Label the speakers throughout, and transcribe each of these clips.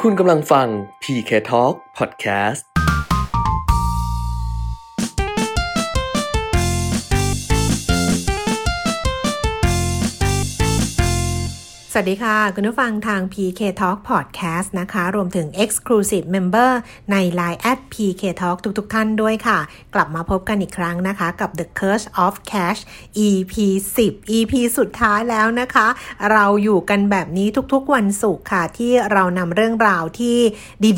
Speaker 1: คุณกำลังฟัง PK Talk Podcast
Speaker 2: สวัสดีค่ะ คุณผู้ฟังทาง PK Talk Podcast นะคะ รวมถึง Exclusive Member ใน Line at PK Talk ทุกๆทท่านด้วยค่ะ กลับมาพบกันอีกครั้งนะคะ กับ The Curse of Cash EP 10 EP สุดท้ายแล้วนะคะ เราอยู่กันแบบนี้ทุกๆวันศุกร์ค่ะ ที่เรานำเรื่องราวที่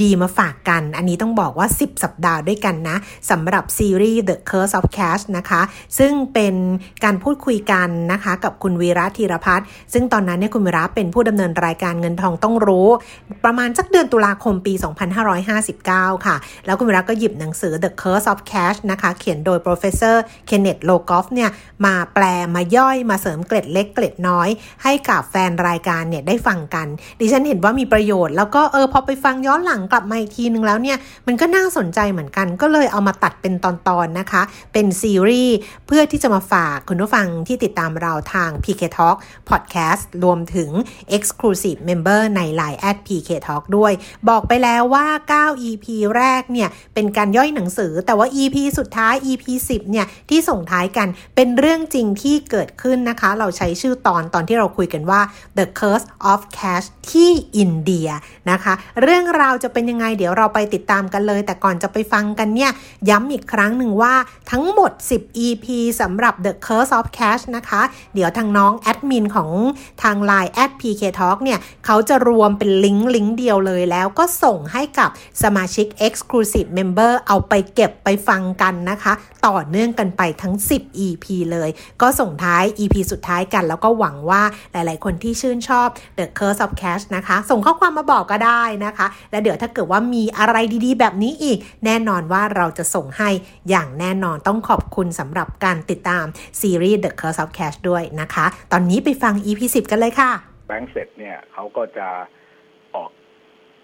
Speaker 2: ดีๆ มาฝากกัน อันนี้ต้องบอกว่า 10 สัปดาห์ด้วยกันนะสำหรับซีรีส์ The Curse of Cash นะคะ ซึ่งเป็นการพูดคุยกันนะคะกับคุณวีระธีรพัฒน์ซึ่งตอนนั้นเนี่ยคุณวีระเป็นผู้ดำเนินรายการเงินทองต้องรู้ ประมาณสักเดือนตุลาคมปี 2559 ค่ะ แล้วคุณวีระก็หยิบหนังสือ The Curse of Cash นะคะ เขียนโดย professor Kenneth Logoff เนี่ยมาแปลมาย่อยมาเสริมเกล็ดเล็กเกล็ดน้อย ให้กับแฟนรายการเนี่ยได้ฟังกัน ดิฉันเห็นว่ามีประโยชน์แล้วก็เออพอไปฟังย้อนหลังกลับมาอีกทีนึงแล้วเนี่ย มันก็น่าสนใจเหมือนกัน ก็เลยเอามาตัดเป็นตอนๆนะคะ เป็นซีรีส์เพื่อที่จะมาฝากคุณผู้ฟังที่ติดตามเราทาง PK Talk Podcast รวมถึง Exclusive Member ใน Line at PK Talk ด้วย บอกไปแล้วว่า 9 EP แรกเนี่ย เป็นการย่อยหนังสือ แต่ว่า EP สุดท้าย EP 10 เนี่ย ที่ส่งท้ายกันเป็นเรื่องจริงที่เกิดขึ้นนะคะ เราใช้ชื่อตอนตอนที่เราคุยกันว่า The Curse of Cash ที่อินเดียนะคะ เรื่องราวจะเป็นยังไงเดี๋ยวเราไปติดตามกันเลย แต่ก่อนจะไปฟังกันเนี่ย ย้ำอีกครั้งหนึ่งว่าทั้งหมด 10 EP สำหรับ The Curse of Cash นะคะ เดี๋ยวทางน้องแอดมินของทาง Line at PK Talk เนี่ย เขาจะรวมเป็นลิงก์ลิงก์เดียวเลยแล้วก็ส่งให้กับสมาชิก Exclusive Member เอาไปเก็บไปฟังกันนะคะ ต่อเนื่องกันไปทั้ง 10 EP เลย ก็ส่งท้าย EP สุดท้ายกัน แล้วก็หวังว่าหลาย ๆ คนที่ชื่นชอบ The Curse of Cash นะคะ ส่งข้อความมาบอกก็ได้นะคะ และเดี๋ยวถ้าเกิดว่ามีอะไรดีๆ แบบนี้อีก แน่นอนว่าเราจะส่งให้อย่างแน่นอนต้องขอบคุณสำหรับการติดตามซีรีส์ The Curse of Cash ด้วยนะคะ ตอนนี้ไปฟัง EP 10 กันเลยค่ะ
Speaker 3: แบงก์เสร็จเนี่ยเขาก็จะออก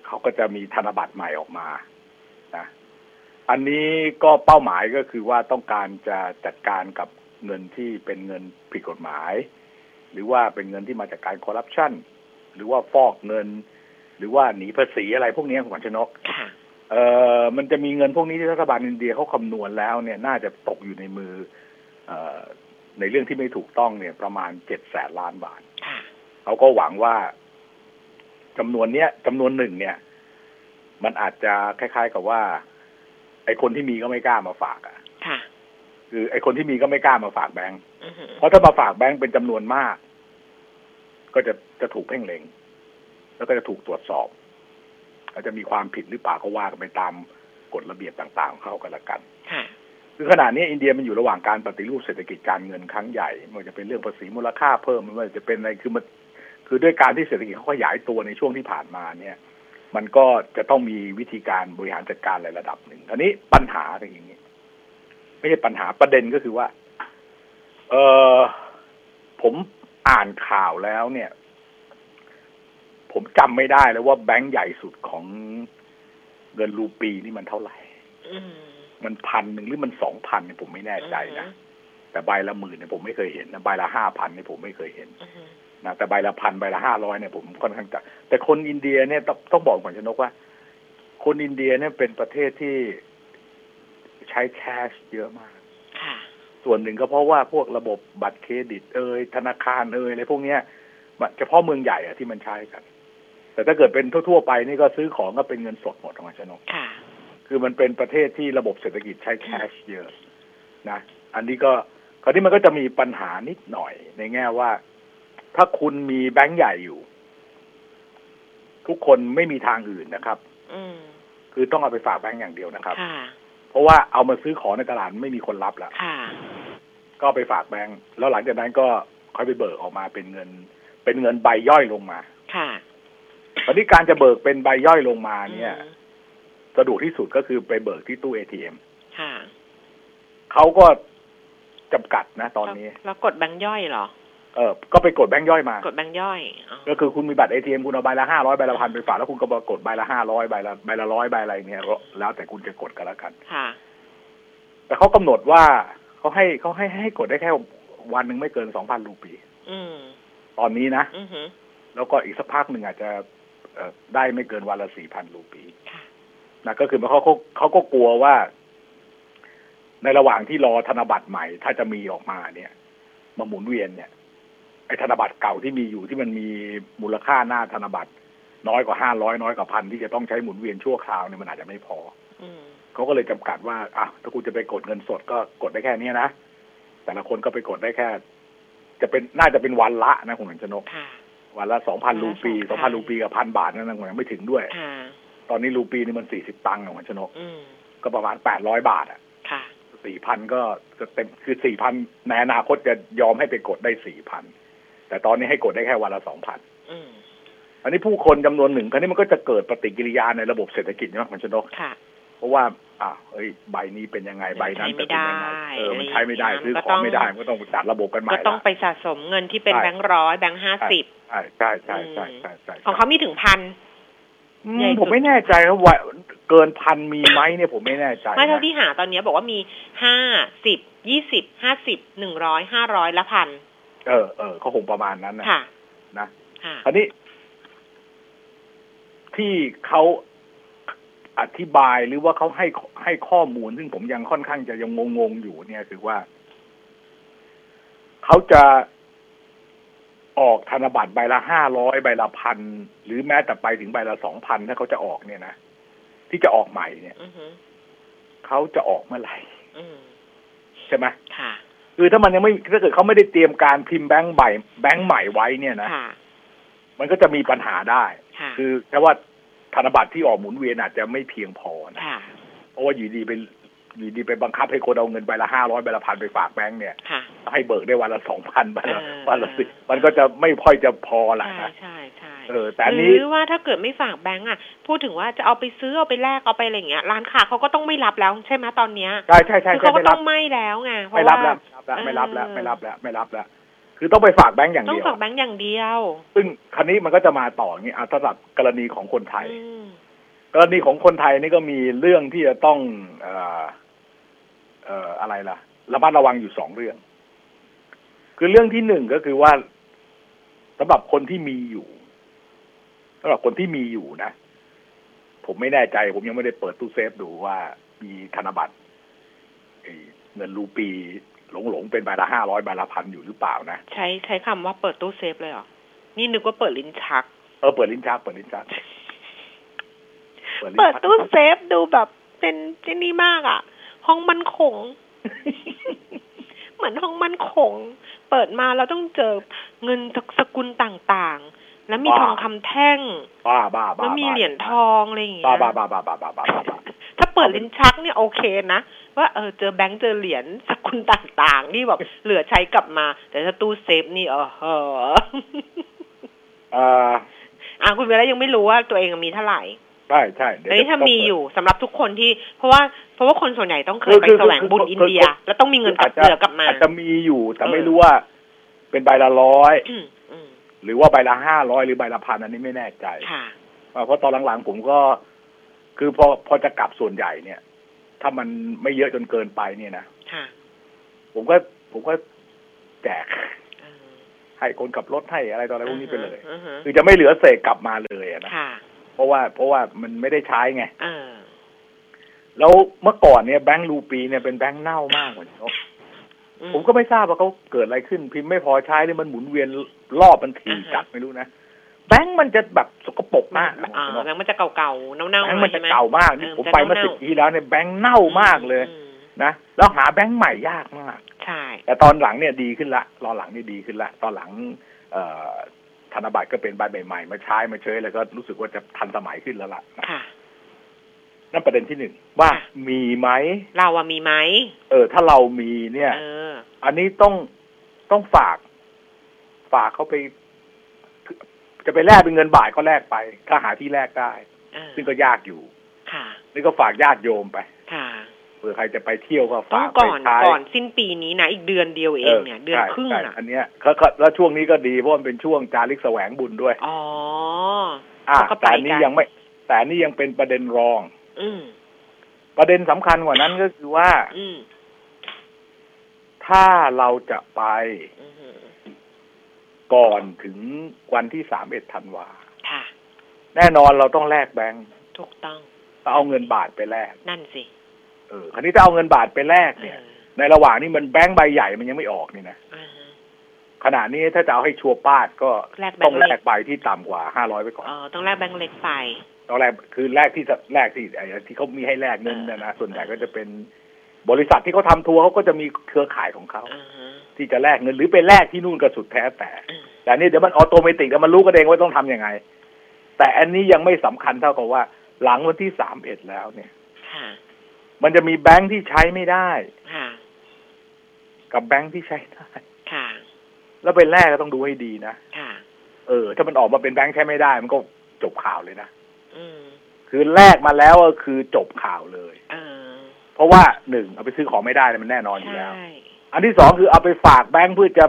Speaker 3: เขาก็จะมีธนบัตรใหม่ออกมานะอันนี้ก็เป้าหมายก็คือว่าต้องการจะจัดการกับเงินที่เป็นเงินผิดกฎหมาย หรือว่าเป็นเงินที่มาจากการคอร์รัปชันหรือว่าฟอกเงิน หรือว่าหนีภาษีอะไรพวกเนี้ยคุณขวัญชนก
Speaker 2: ค่ะ
Speaker 3: เออมันจะมีเงินพวกนี้ที่รัฐบาลอินเดียเขาคำนวณแล้วเนี่ยน่าจะตกอยู่ในมือเออในเรื่องที่ไม่ถูกต้องเนี่ย ประมาณเจ็ดแสนล้านบาท เขาก็หวังว่าจำนวนเนี้ยจำนวนหนึ่งเนี่ย มันอาจจะคล้ายๆกับว่า ไอคนที่มีก็ไม่กล้ามาฝากอะ่ะ
Speaker 4: ค่ะ
Speaker 3: คือ ไอคนที่มีก็ไม่กล้ามาฝากแบงก์
Speaker 4: อือหือ
Speaker 3: เพราะถ้ามาฝากแบงก์เป็นจำนวนมาก ก็จะจะถูกเพ่งเล็ง แล้วก็จะถูกตรวจสอบอาจจะมีความผิดหรือเปล่าก็ว่ากันไปตามกฎระเบียบต่างๆของเขากันละกัน
Speaker 4: ค่ะ
Speaker 3: คือขณะนี้อินเดียมันอยู่ระหว่างการปฏิรูปเศรษฐกิจการเงินครั้งใหญ่ไมันจะเป็นเรื่องภาษีมูลค่าเพิ่มไมันจะเป็นอะไรคือมันคือด้วยการที่เศรษฐกิจเขาขยายตัวในช่วงที่ผ่านมาเนี่ย มันก็จะต้องมีวิธีการบริหารจัดการหลายระดับหนึ่งอันนี้ปัญหาเป็นอย่างนี้ไม่ใช่ปัญหาประเด็นก็คือว่า เออผมอ่านข่าวแล้วเนี่ย ผมจำไม่ได้แล้วว่าแบงก์ใหญ่สุดของเงินรูปีนี่มันเท่าไหร่
Speaker 4: อืม
Speaker 3: มันพันหนึ่งหรือมันสองพันเนี่ยผมไม่แน่ใจนะ แต่ใบละหมื่นเนี่ยผมไม่เคยเห็นนะใบละห้าพันเนี่ยผมไม่เคยเห็น
Speaker 4: อือหือ
Speaker 3: นะแต่ใบละพันใบละห้าร้อยเนี่ยผมค่อนข้างจะแต่คนอินเดียเนี่ยต้องต้องบอกก่อนชนกว่า คนอินเดียเนี่ยเป็นประเทศที่ใช้แคชเยอะมาก
Speaker 4: ค่ะ
Speaker 3: ส่วนหนึ่งก็เพราะว่าพวกระบบบัตรเครดิตเอ่ยธนาคารเอ่ยอะไรพวกเนี้ยมันเฉพาะเมืองใหญ่อะที่มันใช้กัน แต่ถ้าเกิดเป็นทั่วๆไปนี่ก็ซื้อของก็เป็นเงินสดหมดของชนก
Speaker 4: ค่ะ
Speaker 3: คือมันเป็นประเทศที่ระบบเศรษฐกิจใช้แคชเยอะนะ อันนี้ก็คราวนี้มันก็จะมีปัญหานิดหน่อย ในแง่ว่า ถ้าคุณมีแบงก์ใหญ่อยู่ ทุกคนไม่มีทางอื่นนะครับ
Speaker 4: อืม
Speaker 3: คือต้องเอาไปฝากแบงก์อย่างเดียวนะครับ
Speaker 4: ค่ะ
Speaker 3: เพราะว่าเอามาซื้อของในตลาดไม่มีคนรับละ
Speaker 4: ค่ะ
Speaker 3: ก็เอาไปฝากแบงก์แล้วหลังจากนั้นก็ค่อยไปเบิกออกมาเป็นเงิน เป็นเงินใบย่อยลงมา
Speaker 4: ค่ะ
Speaker 3: ตอนนี้การจะเบิกเป็นใบย่อยลงมาเนี่ย
Speaker 4: อืม
Speaker 3: สะดวกที่สุดก็คือไปเบิกที่ตู้เอทีเอ็ม
Speaker 4: ค่ะ
Speaker 3: เขาก็จำกัดนะตอนนี้
Speaker 4: เรากดแบงค์ย่อยเหรอ
Speaker 3: เออก็ไปกดแบงค์ย่อยมาก
Speaker 4: ดแบงค์ย่อยอ๋อ
Speaker 3: ก็คือคุณมีบัตรเอทีเอ็มคุณเอาใบละห้าร้อยใบละพันไปฝากแล้วคุณก็มากดใบละห้าร้อยใบละใบละร้อยใบอะไรเนี่ยแล้วแล้วแต่คุณจะกดกันละกัน
Speaker 4: ค่ะ
Speaker 3: แต่เขากำหนดว่าเขาให้เขาให้ให้กดได้แค่วันหนึ่งไม่เกินสองพันรูปี
Speaker 4: อืม
Speaker 3: ตอนนี้นะ
Speaker 4: อือหือ
Speaker 3: แล้วก็อีกสักพักหนึ่งอาจจะ เอ่อได้ไม่เกินวันละสี่พันรูปี
Speaker 4: ค่ะ
Speaker 3: นะก็คือเขาเขาเขาก็กลัวว่า ในระหว่างที่รอธนบัตรใหม่ ถ้าจะมีออกมาเนี่ย มาหมุนเวียนเนี่ยไอ้ธนบัตรเก่าที่มีอยู่ที่มันมีมูลค่าหน้าธนบัตร น้อยกว่าห้าร้อยน้อยกว่าพันที่จะต้องใช้หมุนเวียนชั่วคราวเนี่ยมันอาจจะไม่พอ
Speaker 4: อืม
Speaker 3: เขาก็เลยจำกัดว่าอ่ะถ้าคุณจะไปกดเงินสดก็กดได้แค่เนี้ยนะ แต่ละคนก็ไปกดได้แค่ จะเป็นน่าจะเป็นวันละนะคุณหลังชนก
Speaker 4: ค่ะ
Speaker 3: วันละสองพันรูปีสองพัน
Speaker 4: 2,000
Speaker 3: รูปีกับพันบาทนั่นนะคุณยังไม่ถึงด้วย
Speaker 4: ค่ะ
Speaker 3: ตอนนี้รูปีนี่มันสี่สิบตังค์นะคุณหลังชนก
Speaker 4: อืม
Speaker 3: ก็ประมาณแปดร้อยบาทอ่ะ
Speaker 4: ค่ะ
Speaker 3: สี่พันก็จะเต็มคือสี่พันในอนาคตจะยอมให้ไปกดได้สี่พันแต่ตอนนี้ให้กดได้แค่วันละสองพัน
Speaker 4: อืม
Speaker 3: อันนี้ผู้คนจำนวนหนึ่งคราวนี้มันก็จะเกิดปฏิกิริยาในระบบเศรษฐกิจใช่ไหมคุณชนก
Speaker 4: ค่ะ
Speaker 3: เพราะว่า อ่ะเอ้ยใบนี้เป็นยังไงใบนั้นจะเป็นยังไงเออมันใช้ไม่ได้ซื้อของไม่ได้มันก็ต้องจัดระบบกันใหม่
Speaker 4: ก็ต้อง
Speaker 3: ละ
Speaker 4: ไปสะสมเงินที่เป็น
Speaker 3: ใช่
Speaker 4: แบงค์ร้อยแบงค์ห้าสิบ
Speaker 3: ใช่ใช่ใช่ใช่ใช่ใช่
Speaker 4: ของเขามีถึงพัน
Speaker 3: อืม
Speaker 4: ใหญ่สุด
Speaker 3: ผมไม่แน่ใจครับว่าเกินพันมีไหมเนี่ยผมไม่แน่ใจ
Speaker 4: ไม่เท่า
Speaker 3: นะ
Speaker 4: ที่หาตอนเนี้ยบอกว่ามีห้าสิบยี่สิบห้าสิบหนึ่งร้อยห้าร้อยละพัน
Speaker 3: เออเออก็คงประมาณนั้นนะ
Speaker 4: ค่ะ
Speaker 3: นะ
Speaker 4: ค่ะ
Speaker 3: อันนี้ ที่เขาอธิบายหรือว่าเขาให้ให้ข้อมูล ซึ่งผมยังค่อนข้างจะยังงงๆอยู่ เนี่ยคือว่า เขาจะออกธนบัตรใบละห้าร้อยใบละพันหรือแม้แต่ไปถึงใบละสองพันถ้าเขาจะออกเนี่ยนะที่จะออกใหม่เนี่ย
Speaker 4: อือฮึ
Speaker 3: เขาจะออกเมื่อไหร่
Speaker 4: อืม
Speaker 3: ใช่ไหม
Speaker 4: ค่ะ
Speaker 3: คือถ้ามันยังไม่ถ้าเกิดเขาไม่ได้เตรียมการพิมพ์แบงค์ใบแบงค์ใหม่ไว้เนี่ยนะ
Speaker 4: ค่ะ
Speaker 3: มันก็จะมีปัญหาได้
Speaker 4: ค่ะ
Speaker 3: คือแค่ว่าธนบัตรที่ออกหมุนเวียนอาจจะไม่เพียงพอนะ
Speaker 4: ค่ะ
Speaker 3: เพราะว่าอยู่ดีไปอยู่ดีไปบังคับให้คนเอาเงินใบละห้าร้อยใบละพันไปฝากแบงก์เนี่ย
Speaker 4: ค่ะ
Speaker 3: ให้เบิกได้วันละสองพันวันละ
Speaker 4: เออ
Speaker 3: วันละสิ
Speaker 4: เออ
Speaker 3: มันก็จะไม่ค่อยจะพอละ
Speaker 4: ใช่
Speaker 3: นะ
Speaker 4: ใช่ใช่
Speaker 3: เออ แต่อัน
Speaker 4: ห
Speaker 3: นี้
Speaker 4: รือว่าถ้าเกิดไม่ฝากแบงก์อ่ะ พูดถึงว่าจะเอาไปซื้อเอาไปแลกเอาไปอะไรอย่างเงี้ย ร้านค้าเขาก็ต้องไม่รับแล้วใช่ไหมตอนเนี้ย
Speaker 3: ใช่ใช่ใช่
Speaker 4: คือ
Speaker 3: ใช่
Speaker 4: เขาก็
Speaker 3: ไม่
Speaker 4: ต้
Speaker 3: รั
Speaker 4: อบงไม่แล้วไงเพ
Speaker 3: ไม่
Speaker 4: ราะ
Speaker 3: รั
Speaker 4: ว่า
Speaker 3: บแล้วไม่รับแล้วไม่รับแล้วไม่รับแล้วไม่รับแล้ว คือต้องไปฝากแบงก์อย่าง
Speaker 4: ต้อ
Speaker 3: เดี
Speaker 4: ง
Speaker 3: ยว
Speaker 4: ฝากแบงก์อย่างเดียว
Speaker 3: ซึ่งคันนี้มันก็จะมาต่ออย่างนี้เอาสำหรับกรณีของคนไทย
Speaker 4: อืม
Speaker 3: กรณีของคนไทยนี่ก็มีเรื่องที่จะต้องเอ่อเอ่ออะไรล่ะระมัดระวังอยู่สองเรื่อง คือเรื่องที่หนึ่งก็คือว่าสำหรับคนที่มีอยู่สำหรับคนที่มีอยู่นะ ผมไม่แน่ใจ ผมยังไม่ได้เปิดตู้เซฟดูว่ามีธนบัตรไอ้เงินรูปีหลงหลงๆเป็นใบละห้าร้อยใบละพันอยู่หรือเปล่านะ
Speaker 4: ใช้ใช้คำว่าเปิดตู้เซฟเลยเหรอ นี่นึกว่าเปิดลิ้นชัก
Speaker 3: เออเปิดลิ้นชักเปิดลิ้นชักลิ้น
Speaker 4: เปิด
Speaker 3: ชัก
Speaker 4: ตู้เซฟดูแบบเป็นที่นี่มากอะ่ะ ห้องมันคง เหมือนห้องมันคง เปิดมาเราต้องเจอเงินสกุลต่างๆ แล้วมี
Speaker 3: บ้า
Speaker 4: ทองคำแท่ง
Speaker 3: บ้าบ้าบ้า
Speaker 4: แล้วมี
Speaker 3: บ้า
Speaker 4: เหรียญทองอะไรอย่างเงี้ย
Speaker 3: บ้าบ้าบ้าบ้าบ้าบ้าบ้าบ้า
Speaker 4: ถ้าเปิดลิ้นชักเนี่ยโอเคนะว่าเออเจอแบงค์เจอเหรียญสกุลต่างๆ นี่แบบเหลือใช้กลับมา แต่ถ้าตู้เซฟนี่เออเออ
Speaker 3: เอ่อ
Speaker 4: อ่ะคุณเวลายังไม่รู้ว่าตัวเองมีเท่าไหร่
Speaker 3: ใช่ใช่เดี๋ยว
Speaker 4: แต่นี่ถ้า
Speaker 3: จะต้อง
Speaker 4: มี
Speaker 3: เปิด
Speaker 4: อยู่สำหรับทุกคนที่ เพราะว่าเพราะว่าคนส่วนใหญ่ต้องเคยไป
Speaker 3: คือคือ
Speaker 4: แสวงบุญ
Speaker 3: คืออิ
Speaker 4: อินเดีย
Speaker 3: คือ
Speaker 4: แล้วต้องมีเงินกลับ
Speaker 3: จจะ
Speaker 4: เหลือกลับมา
Speaker 3: อาจจะมีอยู่ แต่
Speaker 4: เออ
Speaker 3: ไม่รู้ว่า เป็นใบละร้อย
Speaker 4: อืมอืม
Speaker 3: หรือว่าใบละห้าร้อยหรือใบละพันอันนี้ไม่แน่ใจ
Speaker 4: ค่ะ
Speaker 3: เพราะตอนหลังๆผมก็ คือพอพอจะกลับส่วนใหญ่เนี่ย ถ้ามันไม่เยอะจนเกินไปเนี่ยนะ
Speaker 4: ค่ะ
Speaker 3: ผมก็ผมก็แจก
Speaker 4: เออ
Speaker 3: ให้คนขับรถให้อะไรต่ออะไรพวกนี้ไปเลย
Speaker 4: อือฮึ
Speaker 3: คือจะไม่เหลือเศษกลับมาเลยอะนะ
Speaker 4: ค่ะ
Speaker 3: เพราะว่าเพราะว่ามันไม่ได้ใช้ไง
Speaker 4: เออ
Speaker 3: แล้วเมื่อก่อนเนี่ยแบงค์รูปีเนี่ยเป็นแบงค์เน่ามากเหมือนกัน
Speaker 4: อื
Speaker 3: ผมก็ไม่ทราบว่าเขาเกิดอะไรขึ้น พิมพ์ไม่พอใช้หรือมันหมุนเวียนรอบมันทีกัดไม่รู้นะแบงค์มันจะแบบสกปรกมากนะ
Speaker 4: อ่า
Speaker 3: ผม
Speaker 4: แบ
Speaker 3: จะ
Speaker 4: งค์มันจะเก่าๆ
Speaker 3: บ
Speaker 4: เน่า
Speaker 3: อก
Speaker 4: ๆ
Speaker 3: แบงค์
Speaker 4: หน่
Speaker 3: มั
Speaker 4: อน ย
Speaker 3: จะ
Speaker 4: ใช่ไหม
Speaker 3: เก่ามากนี่
Speaker 4: เออ
Speaker 3: ผมไปเมื่อ
Speaker 4: จะเน่าๆ
Speaker 3: สิบปีแล้วเนี่ยแบงค์เน่ามากเลย
Speaker 4: อืม
Speaker 3: นะแล้วหาแบงค์ใหม่ยากมาก
Speaker 4: ใช่
Speaker 3: แต่ตอนหลังเนี่ยดีขึ้นละตอนหลังเนี่ยดีขึ้นละตอนหลัง เอ่อธนบัตรก็เป็นใบใหม่ๆมาใช้มาเชยแล้วก็รู้สึกว่าจะทันสมัยขึ้นแล้วล่ะนะ
Speaker 4: ค่ะ
Speaker 3: นั่นประเด็นที่หนึ่งว่า
Speaker 4: ค่ะ
Speaker 3: มีไหม
Speaker 4: เราอะมีไหม
Speaker 3: เออ ถ้าเรามีเนี่ย
Speaker 4: เออ
Speaker 3: อันนี้ต้องต้องฝาก ฝากเขาไป จะไปแลกเป็นเงินบาทก็แลกไป ถ้าหาที่แลกได้
Speaker 4: เออ
Speaker 3: ซึ่งก็ยากอยู่
Speaker 4: ค่ะ
Speaker 3: นี่ก็ฝากญาติโยมไป
Speaker 4: ค่ะ
Speaker 3: เผื่อใครจะไปเที่ยวก็
Speaker 4: ต้อ
Speaker 3: ฝาง ก
Speaker 4: ก่อน
Speaker 3: ไปใช้
Speaker 4: ก่อนสิ้นปีนี้นะอีกเดือนเดียวเองเนี่ย เดือน
Speaker 3: ใช่
Speaker 4: ครึ่ง
Speaker 3: ใช่
Speaker 4: อ่ะ
Speaker 3: อันเนี้ยเขาเขาแล้วช่วงนี้ก็ดีเพราะมันเป็นช่วงจาริกแสวงบุญด้วย
Speaker 4: อ๋อ
Speaker 3: อ่า
Speaker 4: เขาก็ไป
Speaker 3: แต่อันนี้
Speaker 4: กัน
Speaker 3: ยังไม่ แต่อันนี้ยังเป็นประเด็นรอง
Speaker 4: อืม
Speaker 3: ประเด็นสำคัญกว่านั้นก็คือว่า
Speaker 4: อืม
Speaker 3: ถ้าเราจะไป
Speaker 4: อืม
Speaker 3: ก่อนถึงวันที่สามเอ็ดธันวา
Speaker 4: ค่ะ
Speaker 3: แน่นอนเราต้องแลกแบงก์
Speaker 4: ถูกต้อง
Speaker 3: เราเอาเงินบาทไปแลก
Speaker 4: นั่นสิ
Speaker 3: เออคราวนี้ถ้าเอาเงินบาทไปแลกเนี่ย
Speaker 4: ออ
Speaker 3: ในระหว่างนี้มันแบงก์ใบใหญ่มันยังไม่ออกนี่นะ
Speaker 4: อ่าฮะ
Speaker 3: ขณะนี้ถ้าจะเอาให้ชัวร์ป้าดก็
Speaker 4: แลกแบงก์
Speaker 3: ต้องแลกใบที่ต่ำกว่าห้าร้อยไปก่อน
Speaker 4: เออต้องแลกแบงก์เล็กไป
Speaker 3: ต้องแลกคือแลกที่จะแลกที่ไอ้ที่เขามีให้แลกเงินเนยนะส่วนใหญ่ก็จะเป็นบริษัทที่เขาทำทัวร์เขาก็จะมีเครือข่ายของเขา
Speaker 4: อ่าฮะ
Speaker 3: ที่จะแลกเงินหรือไปแลกที่นู่นก็สุดแท้แต่
Speaker 4: อืม
Speaker 3: แต่อันนี่เดี๋ยวมันออโตเมติกแล้วมันรู้กันเองว่าต้องทำยังไง แต่อันนี้ยังไม่สำคัญเท่ากับว่า หลังวันที่สามเอ็ดแล้วเนี่ย
Speaker 4: ค่ะ
Speaker 3: มันจะมีแบงค์ที่ใช้ไม่ได้
Speaker 4: ค่ะ
Speaker 3: กับแบงค์ที่ใช้ได้
Speaker 4: ค่ะ
Speaker 3: แล้วไปแลกก็ต้องดูให้ดีนะ
Speaker 4: ค่ะ
Speaker 3: เออ ถ้ามันออกมาเป็นแบงค์ใช้ไม่ได้ มันก็จบข่าวเลยนะ
Speaker 4: อืม
Speaker 3: คือแลกมาแล้วก็คือจบข่าวเลย
Speaker 4: เออ
Speaker 3: เพราะว่าหนึ่งเอาไปซื้อของไม่ได้เนี่ยมันแน่นอนอยู่
Speaker 4: ใช่
Speaker 3: แล้ว อันที่สองคือเอาไปฝากแบงค์เพื่อจะ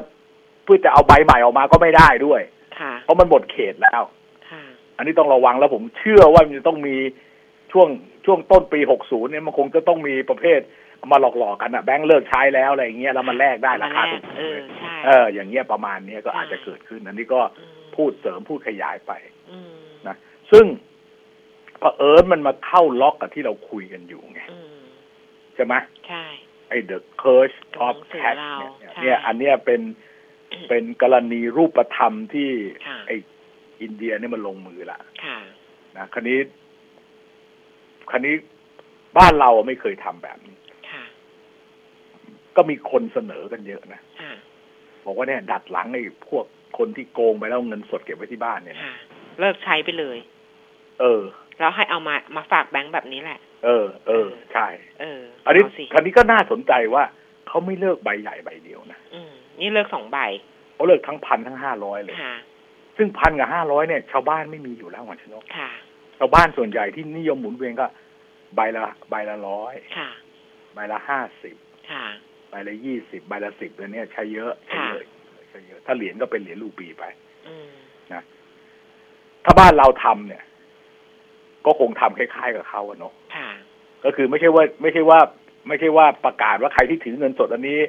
Speaker 3: เพื่อจะเอาใบใหม่ออกมาก็ไม่ได้ด้วย
Speaker 4: ค่ะ
Speaker 3: เพราะมันหมดเขตแล้ว
Speaker 4: ค่ะ
Speaker 3: อันนี้ต้องระวังแล้วผมเชื่อว่ามันจะต้องมีช่วงช่วงต้นปี 60 เนี่ยมันคงจะต้องมีประเภทเอามาหลอกๆกันอะแบงค์เลิกใช้แล้วอะไรอย่างเงี้ยแล้วมันแลกได้ราคา
Speaker 4: เอ
Speaker 3: ถู
Speaker 4: ม
Speaker 3: ก
Speaker 4: แลเออใช่
Speaker 3: เอออย่างเงี้ยประมาณเนี้ยก็อาจจะเกิดขึ้น อันนี้ก็พูดเสริมพูดขยายไป
Speaker 4: อืม
Speaker 3: นะ ซึ่งเผอิญมันมาเข้าล็อกกับที่เราคุยกันอยู่ไง
Speaker 4: อืม
Speaker 3: ใช่ไหม
Speaker 4: ใช่
Speaker 3: ไอ้ The Curse of
Speaker 4: หนังสือ
Speaker 3: Cat
Speaker 4: เรา
Speaker 3: เนี่ย
Speaker 4: ใช่
Speaker 3: เนี่ยอันเนี้ยเป็นเป็นกรณีรูปธรรมที่
Speaker 4: ค่ะ
Speaker 3: ไออินเดียเนี่ยมันลงมือละ
Speaker 4: ค่ะ
Speaker 3: นะคันนี้คันนี้บ้านเราไม่เคยทำแบบนี้
Speaker 4: ค่ะ
Speaker 3: ก็มีคนเสนอกันเยอะนะ
Speaker 4: ค่ะ
Speaker 3: บอกว่าเนี่ยดัดหลังไอ้พวกคนที่โกงไปแล้วเอาเงินสดเก็บไว้ที่บ้านเนี่ยนะ
Speaker 4: ค่ะ เลิกใช้ไปเลย
Speaker 3: เออ
Speaker 4: แล้วให้เอามามาฝากแบงค์แบบนี้แหละ
Speaker 3: เออ เออ ใช่
Speaker 4: เออ
Speaker 3: อันนี้
Speaker 4: เาสิ
Speaker 3: คันนี้ก็น่าสนใจว่าเขาไม่เลิกใบใหญ่ใบเดียวนะ
Speaker 4: อืมนี่เลิกสองใบ
Speaker 3: เขาเลิกทั้งพันทั้งห้าร้อยเลย
Speaker 4: ค่ะ
Speaker 3: ซึ่งพันกับห้าร้อยเนี่ย ชาวบ้านไม่มีอยู่แล้วหวันชนก
Speaker 4: ค่ะ
Speaker 3: ชาวบ้านส่วนใหญ่ที่นิยมหมุนเวียนก็ใบละใบละร้อย
Speaker 4: ค่ะ
Speaker 3: ใบละห้าสิบ
Speaker 4: ค่ะ
Speaker 3: ใบละยี่สิบใบละสิบเลยเนี่ยใช้เยอะใช้
Speaker 4: ค่ะ
Speaker 3: เยอะใช้เยอะถ้าเหรียญก็เป็นเหรียญรูปีไป
Speaker 4: อืม
Speaker 3: ถ้าบ้านเราทำเนี่ย ก็คงทำคล้ายๆกับเขาอะเนาะ
Speaker 4: ค่ะ
Speaker 3: ก็คือไม่ใช่ว่า ไม่ใช่ว่า ไม่ใช่ว่าประกาศว่าใครที่ถือเงินสดอันนี้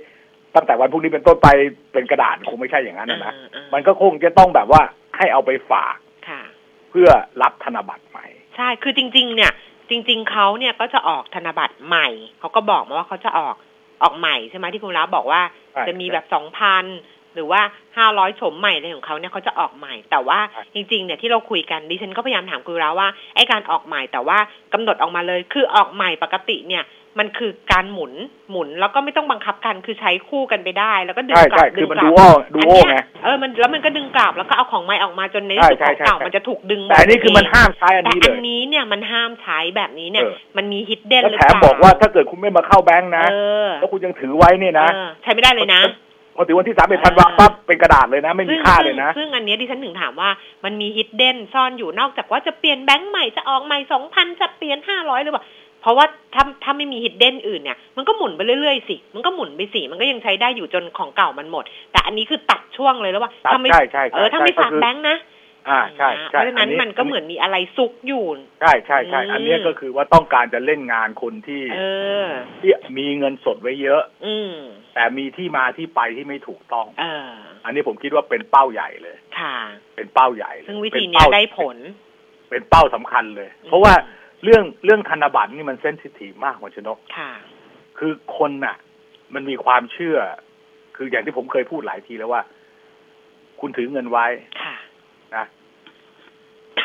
Speaker 3: ตั้งแต่วันพรุ่งนี้เป็นต้นไปเป็นกระดาษคงไม่ใช่อย่างนั้นนะนะ
Speaker 4: เออเออ
Speaker 3: มันก็คงจะต้องแบบว่าให้เอาไปฝาก
Speaker 4: ค่ะ
Speaker 3: เพื่อรับธนบัตรใหม่
Speaker 4: ใช่ คือจริง ๆ เนี่ย จริง ๆ เขาเนี่ยก็จะออกธนบัตรใหม่ เขาก็บอกมาว่าเขาจะออก ออกใหม่ใช่ไหมที่คุณรับบอกว่า
Speaker 3: ใช่
Speaker 4: จะมีแบบสองพันหรือว่าห้าร้อยชมใหม่อะไรของเขาเนี่ยเขาจะออกใหม่ แต่ว่า
Speaker 3: ใช่
Speaker 4: จริง ๆ เนี่ยที่เราคุยกันดิฉันก็พยายามถามคุณราว่าไอ้การออกใหม่แต่ว่ากำหนดออกมาเลย คือออกใหม่ปกติเนี่ย มันคือการหมุน หมุนแล้วก็ไม่ต้องบังคับกัน คือใช้คู่กันไปได้ แล้วก็ดึง
Speaker 3: ใช่
Speaker 4: กลั
Speaker 3: ใช่
Speaker 4: บ
Speaker 3: คือมัน
Speaker 4: กลั
Speaker 3: ดู
Speaker 4: บ
Speaker 3: อ้อดู
Speaker 4: อัน
Speaker 3: โอ้
Speaker 4: เนี้ย
Speaker 3: ไง
Speaker 4: เออมันแล้วมันก็ดึงกลับแล้วก็เอาของใหม่ออกมาจนใน
Speaker 3: ใช่
Speaker 4: ที่สุด
Speaker 3: ใช่
Speaker 4: ของ
Speaker 3: ใช่
Speaker 4: เก่า
Speaker 3: ใช่
Speaker 4: มันจะถูกดึง
Speaker 3: แต่อันนี้คือมันห้ามใช้อัน
Speaker 4: แต่
Speaker 3: นี้
Speaker 4: อั
Speaker 3: เล
Speaker 4: น
Speaker 3: ย
Speaker 4: นี้เนี่ยมันห้ามใช้แบบนี้เนี่ย
Speaker 3: เออ
Speaker 4: มันมีฮิดเด้น
Speaker 3: แล้ว
Speaker 4: หรือ
Speaker 3: แถม
Speaker 4: เปล่า
Speaker 3: บอกว่าถ้าเกิดคุณไม่มาเข้าแบงค์นะ
Speaker 4: เออ
Speaker 3: แล้วคุณยังถือไว้เนี่ยนะ
Speaker 4: เออใช้ไม่ได้เลยนะ
Speaker 3: พอถึงวันที่สามเอ็ดธันวาปั๊บเป็นกระดาษเลยนะ ไม่มีค่าเลยนะ
Speaker 4: ซึ่งซึ่งอันเนี้ยดิฉันถึงถามว่ามันมีฮิดเด้นซ่อนอยู่นอกจากว่าจะเปลี่ยนแบงค์ใหม่จะออกใหม่สองพันจะเปลี่ยนห้าร้อยหรือเปล่าเพราะว่าถ้าถ้าไม่มีฮิดเด้นอื่นเนี่ยมันก็หมุนไปเรื่อยๆสิมันก็หมุนไปสิมันก็ยังใช้ได้อยู่จนของเก่ามันหมด แต่อันนี้คือตัดช่วงเลยแล้วว่า
Speaker 3: ตัด
Speaker 4: ถ้าไม่
Speaker 3: ใช่ใช่
Speaker 4: เออถ้าไม่
Speaker 3: ใช่
Speaker 4: ฝาก
Speaker 3: ก็คือ
Speaker 4: แบงค์นะ
Speaker 3: อ่าใช่ใช่
Speaker 4: เพราะฉะนั้นมันก็เหมือนมีอะไรซุกอยู่
Speaker 3: ใช่ใช่ใช่
Speaker 4: อืม
Speaker 3: อันเนี้ยก็คือว่าต้องการจะเล่นงานคนที่
Speaker 4: เออ
Speaker 3: ที่มีเงินสดไว้เยอะ
Speaker 4: อืม
Speaker 3: แต่มีที่มาที่ไปที่ไม่ถูกต้อง
Speaker 4: เออ
Speaker 3: อันนี้ผมคิดว่าเป็นเป้าใหญ่เลย
Speaker 4: ค่ะ
Speaker 3: เป็นเป้าใหญ่เลย
Speaker 4: ซึ่งวิธี
Speaker 3: เป็
Speaker 4: เนี้ย
Speaker 3: ป้า
Speaker 4: ได้ผล
Speaker 3: เป็นเป้าสำคัญเลย
Speaker 4: อืม
Speaker 3: เพราะว่าเรื่องเรื่องธนบัตรนี่มันเซนซิทีฟมากหัวชนก
Speaker 4: ค่ะ
Speaker 3: คือคนน่ะ มันมีความเชื่อ คืออย่างที่ผมเคยพูดหลายทีแล้วว่า คุณถือเงินไว้
Speaker 4: ค่ะ
Speaker 3: นะ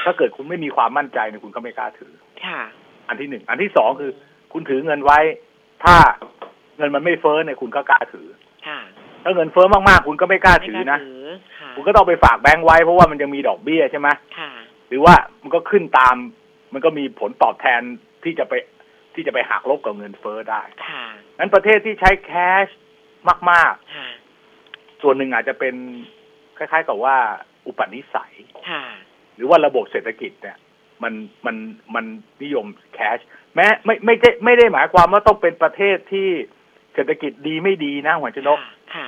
Speaker 3: ถ้าเกิดคุณไม่มีความมั่นใจเนี่ยคุณก็ไม่กล้าถือ
Speaker 4: ค่ะ
Speaker 3: อันที่หนึ่งอันที่สองคือ คุณถือเงินไว้ ถ้าเงินมันไม่เฟ้อเนี่ยคุณก็กล้าถือ
Speaker 4: ค่ะ
Speaker 3: ถ้าเงินเฟ้อมากๆคุณก็ไม่กล้า
Speaker 4: ไม่
Speaker 3: ถื
Speaker 4: ก
Speaker 3: อ
Speaker 4: ล้า
Speaker 3: นะ
Speaker 4: ถือค่ะ
Speaker 3: คุณก็ต้องไปฝากแบงก์ไว้เพราะว่ามันยังมีดอกเบี้ยใช่ไหม
Speaker 4: ค่ะ
Speaker 3: หรือว่ามันก็ขึ้นตาม มันก็มีผลตอบแทนที่จะไปที่จะไปหักลบกับเงินเฟ้อได้
Speaker 4: ค่ะ
Speaker 3: นั้นประเทศที่ใช้แคชมาก
Speaker 4: ค่ะ
Speaker 3: ๆ ส่วนหนึ่งอาจจะเป็นคล้าย ๆ กับว่า อุปนิสัย
Speaker 4: ค่ะ
Speaker 3: หรือว่าระบบเศรษฐกิจเนี่ย มันมันมันนิยมแคชแม้ไม่ไม่ได้ไม่ได้หมายความว่าต้องเป็นประเทศที่เศรษฐกิจดีไม่ดีนะหวังชนก
Speaker 4: ค่ะ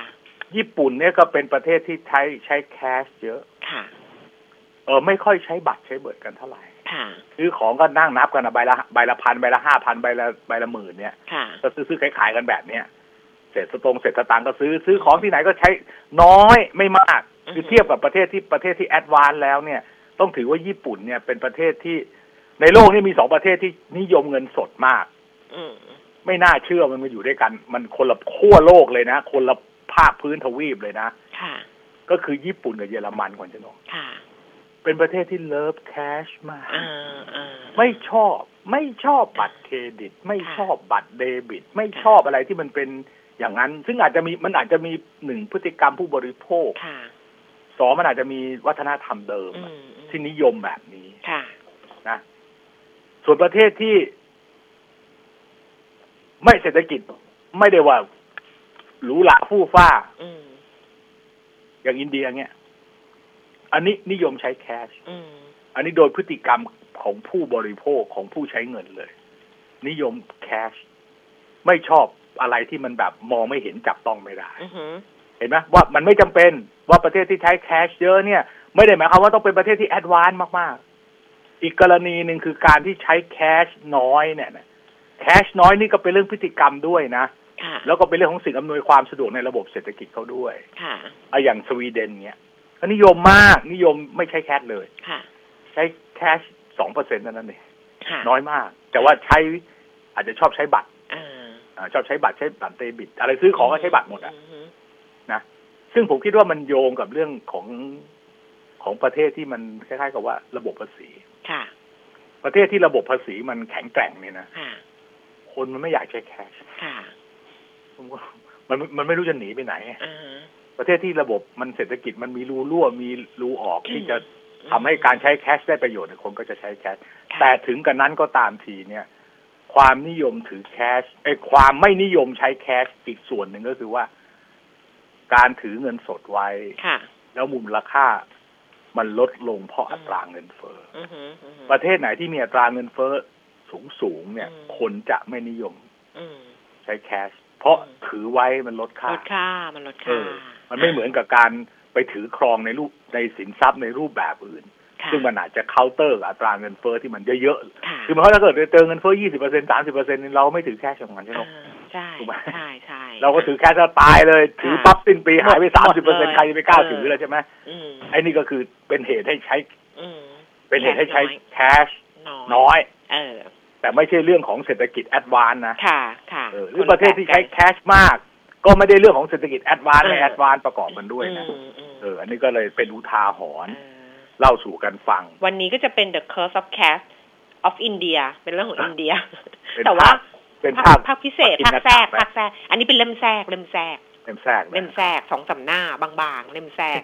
Speaker 3: ญี่ปุ่นเนี่ยก็เป็นประเทศที่ใช้ใช้แคชเยอะ
Speaker 4: ค่ะ
Speaker 3: เออไม่ค่อยใช้บัตรใช้เบิดกันเท่าไหร่
Speaker 4: ค่ะ
Speaker 3: ซื้อของก็นั่งนับกันนะใบละใบละพันใบละห้าพันใบละใบละหมื่นเนี่ย
Speaker 4: ค่ะ
Speaker 3: ก็ซื้อซื้อขายขายกันแบบเนี้ยเศษสตงเศษสตางค์ก็ซื้อซื้อของที่ไหนก็ใช้น้อยไม่มาก คือเทียบกับประเทศที่ประเทศที่แอดวานซ์แล้วเนี่ย ต้องถือว่าญี่ปุ่นเนี่ยเป็นประเทศที่ในโลกนี่มีสองประเทศที่นิยมเงินสดมาก
Speaker 4: อืม
Speaker 3: ไม่น่าเชื่อมันมาอยู่ด้วยกัน มันคนละขั้วโลกเลยนะ คนละภาคพื้นทวีปเลยนะ
Speaker 4: ค่ะ
Speaker 3: ก็คือญี่ปุ่นกับเยอรมันก่อนจะนอง
Speaker 4: ค่ะ
Speaker 3: เป็นประเทศที่เลิฟแคชมาก
Speaker 4: อ่าอ่า
Speaker 3: ไม่ชอบไม่ชอบบัตรเครดิต ไม่ชอบบัตรเดบิต ไม่ชอบอะไรที่มันเป็นอย่างนั้น ซึ่งอาจจะมีมันอาจจะมีหนึ่งพฤติกรรมผู้บริโภค
Speaker 4: ค่ะ
Speaker 3: สองมันอาจจะมีวัฒนธรรมเดิม
Speaker 4: อื
Speaker 3: อะ
Speaker 4: มอืม
Speaker 3: ที่นิยมแบบนี้
Speaker 4: ค่ะ
Speaker 3: นะ ส่วนประเทศที่ ไม่เศรษฐกิจ ไม่ได้ว่าหรูหราฟู่ฟ้า
Speaker 4: อืม
Speaker 3: อย่างอินเดียเนี่ยอันนี้นิยมใช้แคช
Speaker 4: อืม
Speaker 3: อันนี้โดยพฤติกรรมของผู้บริโภคของผู้ใช้เงินเลย นิยมแคช ไม่ชอบอะไรที่มันแบบมองไม่เห็นจับต้องไม่ได้
Speaker 4: อือหือ
Speaker 3: เห็นไหมว่ามันไม่จำเป็นว่าประเทศที่ใช้แคชเยอะเนี่ย ไม่ได้หมายความว่าต้องเป็นประเทศที่แอดวานซ์มากๆ อีกกรณีหนึ่งคือการที่ใช้แคชน้อยเนี่ยนะแคชน้อยนี่ก็เป็นเรื่องพฤติกรรมด้วยนะ
Speaker 4: ค่ะ
Speaker 3: แล้วก็เป็นเรื่องของสิ่งอำนวยความสะดวกในระบบเศรษฐกิจเขาด้วย
Speaker 4: ค่ะ
Speaker 3: อะอย่างสวีเดนเนี่ยก็นิยมมากนิยมไม่ใช้แคชเลย
Speaker 4: ค่ะ
Speaker 3: ใช้แคชสองเปอร์เซ็นต์เท่านั้นเอง
Speaker 4: ค่ะ
Speaker 3: น้อยมาก แต่ว่าใช้อาจจะชอบใช้บัตร
Speaker 4: อ่า
Speaker 3: อ่าชอบใช้บัตรใช้บัตรเดบิต อะไรซื้อของก็ใช้บัตรหมดอะ
Speaker 4: หื
Speaker 3: นะซึ่งผมคิดว่ามันโยงกับเรื่องของของประเทศที่มันคล้ายๆกับว่าระบบภาษี
Speaker 4: ค่ะ
Speaker 3: ประเทศที่ระบบภาษีมันแข็งแกร่งเนี่ยนะ
Speaker 4: ค่ะ
Speaker 3: คนมันไม่อยากใช้แคช
Speaker 4: ค่ะ
Speaker 3: ผมว่ามันมันไม่รู้จะหนีไปไหน
Speaker 4: อ่าฮะ
Speaker 3: ประเทศที่ระบบมันเศรษฐกิจมันมีรูรั่วมีรูออกที่จะ
Speaker 4: อืม
Speaker 3: ทำให้การใช้แคชได้ประโยชน์เนี่ยคนก็จะใช้แคช
Speaker 4: ค่ะ
Speaker 3: แต่ถึงกันนั้นก็ตามทีเนี่ย ความนิยมถือแคชไอ้ยความไม่นิยมใช้แคชอีกส่วนหนึ่งก็คือว่า การถือเงินสดไว้
Speaker 4: ค่ะ
Speaker 3: แล้วมูลค่ามันลดลงเพราะอัตราเงินเฟ้อ
Speaker 4: อือหืออือหือ
Speaker 3: ประเทศไหนที่มีอัตราเงินเฟ้อสูงสูงๆเนี่ย
Speaker 4: อืม
Speaker 3: คนจะไม่นิยม
Speaker 4: อืม
Speaker 3: ใช้แคชเพราะ
Speaker 4: อืม
Speaker 3: ถือไว้มันลดค่า
Speaker 4: ลดค่ามันลด
Speaker 3: เอ
Speaker 4: ค่า
Speaker 3: อ มั
Speaker 4: มัน
Speaker 3: ไม่เหมือนกับการไปถือครองในรูปในสินทรัพย์ในรูปแบบอื่น ซึ่งมันอาจจะเคาน์เตอร์กับอัตราเงินเฟ้อที่มันเยอะๆ
Speaker 4: ค่ะ
Speaker 3: คือหมายความว่าถ้าเกิดเจอเงินเฟ้อ 20%สามสิบเปอร์เซ็นต์เราไม่ถือแค่ชของมันใช่ไหม
Speaker 4: อ่าใช่
Speaker 3: ถูกไหม
Speaker 4: ใช่ใช่
Speaker 3: เราก็ถือแค่จะตายเลย ถือปั๊บสิ้นปีหายไปสามสิบเปอร์เซ็นต์ใครจะไปกล้าถือแล้วใช่ไหม
Speaker 4: อืม
Speaker 3: ไอ้นี่ก็คือเป็นเหตุให้ใช้
Speaker 4: อืม
Speaker 3: เป็นเหตุให้ใช้แคช
Speaker 4: น้
Speaker 3: น้
Speaker 4: อ
Speaker 3: อย ย
Speaker 4: เออ
Speaker 3: แต่ไม่ใช่เรื่องของเศรษฐกิจแอดวานซ์นะ
Speaker 4: ค่ะค่ะ
Speaker 3: เออหรือประเทศที่ใช้
Speaker 4: คนล
Speaker 3: แคชมาก ก็ไม่ได้เรื่องของเศรษฐกิจแอดวานซ์ไม่แอดวานซ์ประกอบกันด้วยนะ
Speaker 4: อืมอืม
Speaker 3: เอออันนี้ก็เลยเป็นอุทาหรณ์
Speaker 4: เออ
Speaker 3: เล่าสู่กันฟัง
Speaker 4: วันนี้ก็จะเป็น The Curse of Cash of India เป็นเรื่องของอินเดีย
Speaker 3: เป็น
Speaker 4: แต่ว่า
Speaker 3: ภาพ เป็นภาพ
Speaker 4: ภาคพิเศษ
Speaker 3: อิน
Speaker 4: ภาค
Speaker 3: นัก
Speaker 4: แทรก
Speaker 3: ภาค
Speaker 4: ภาคแทรกอันนี้เป็นเล่มแทรกเล่มแทรก
Speaker 3: เต็มแทรกนะ
Speaker 4: เล่มแทรกสองสำหน้าบางๆ เล่มแทรก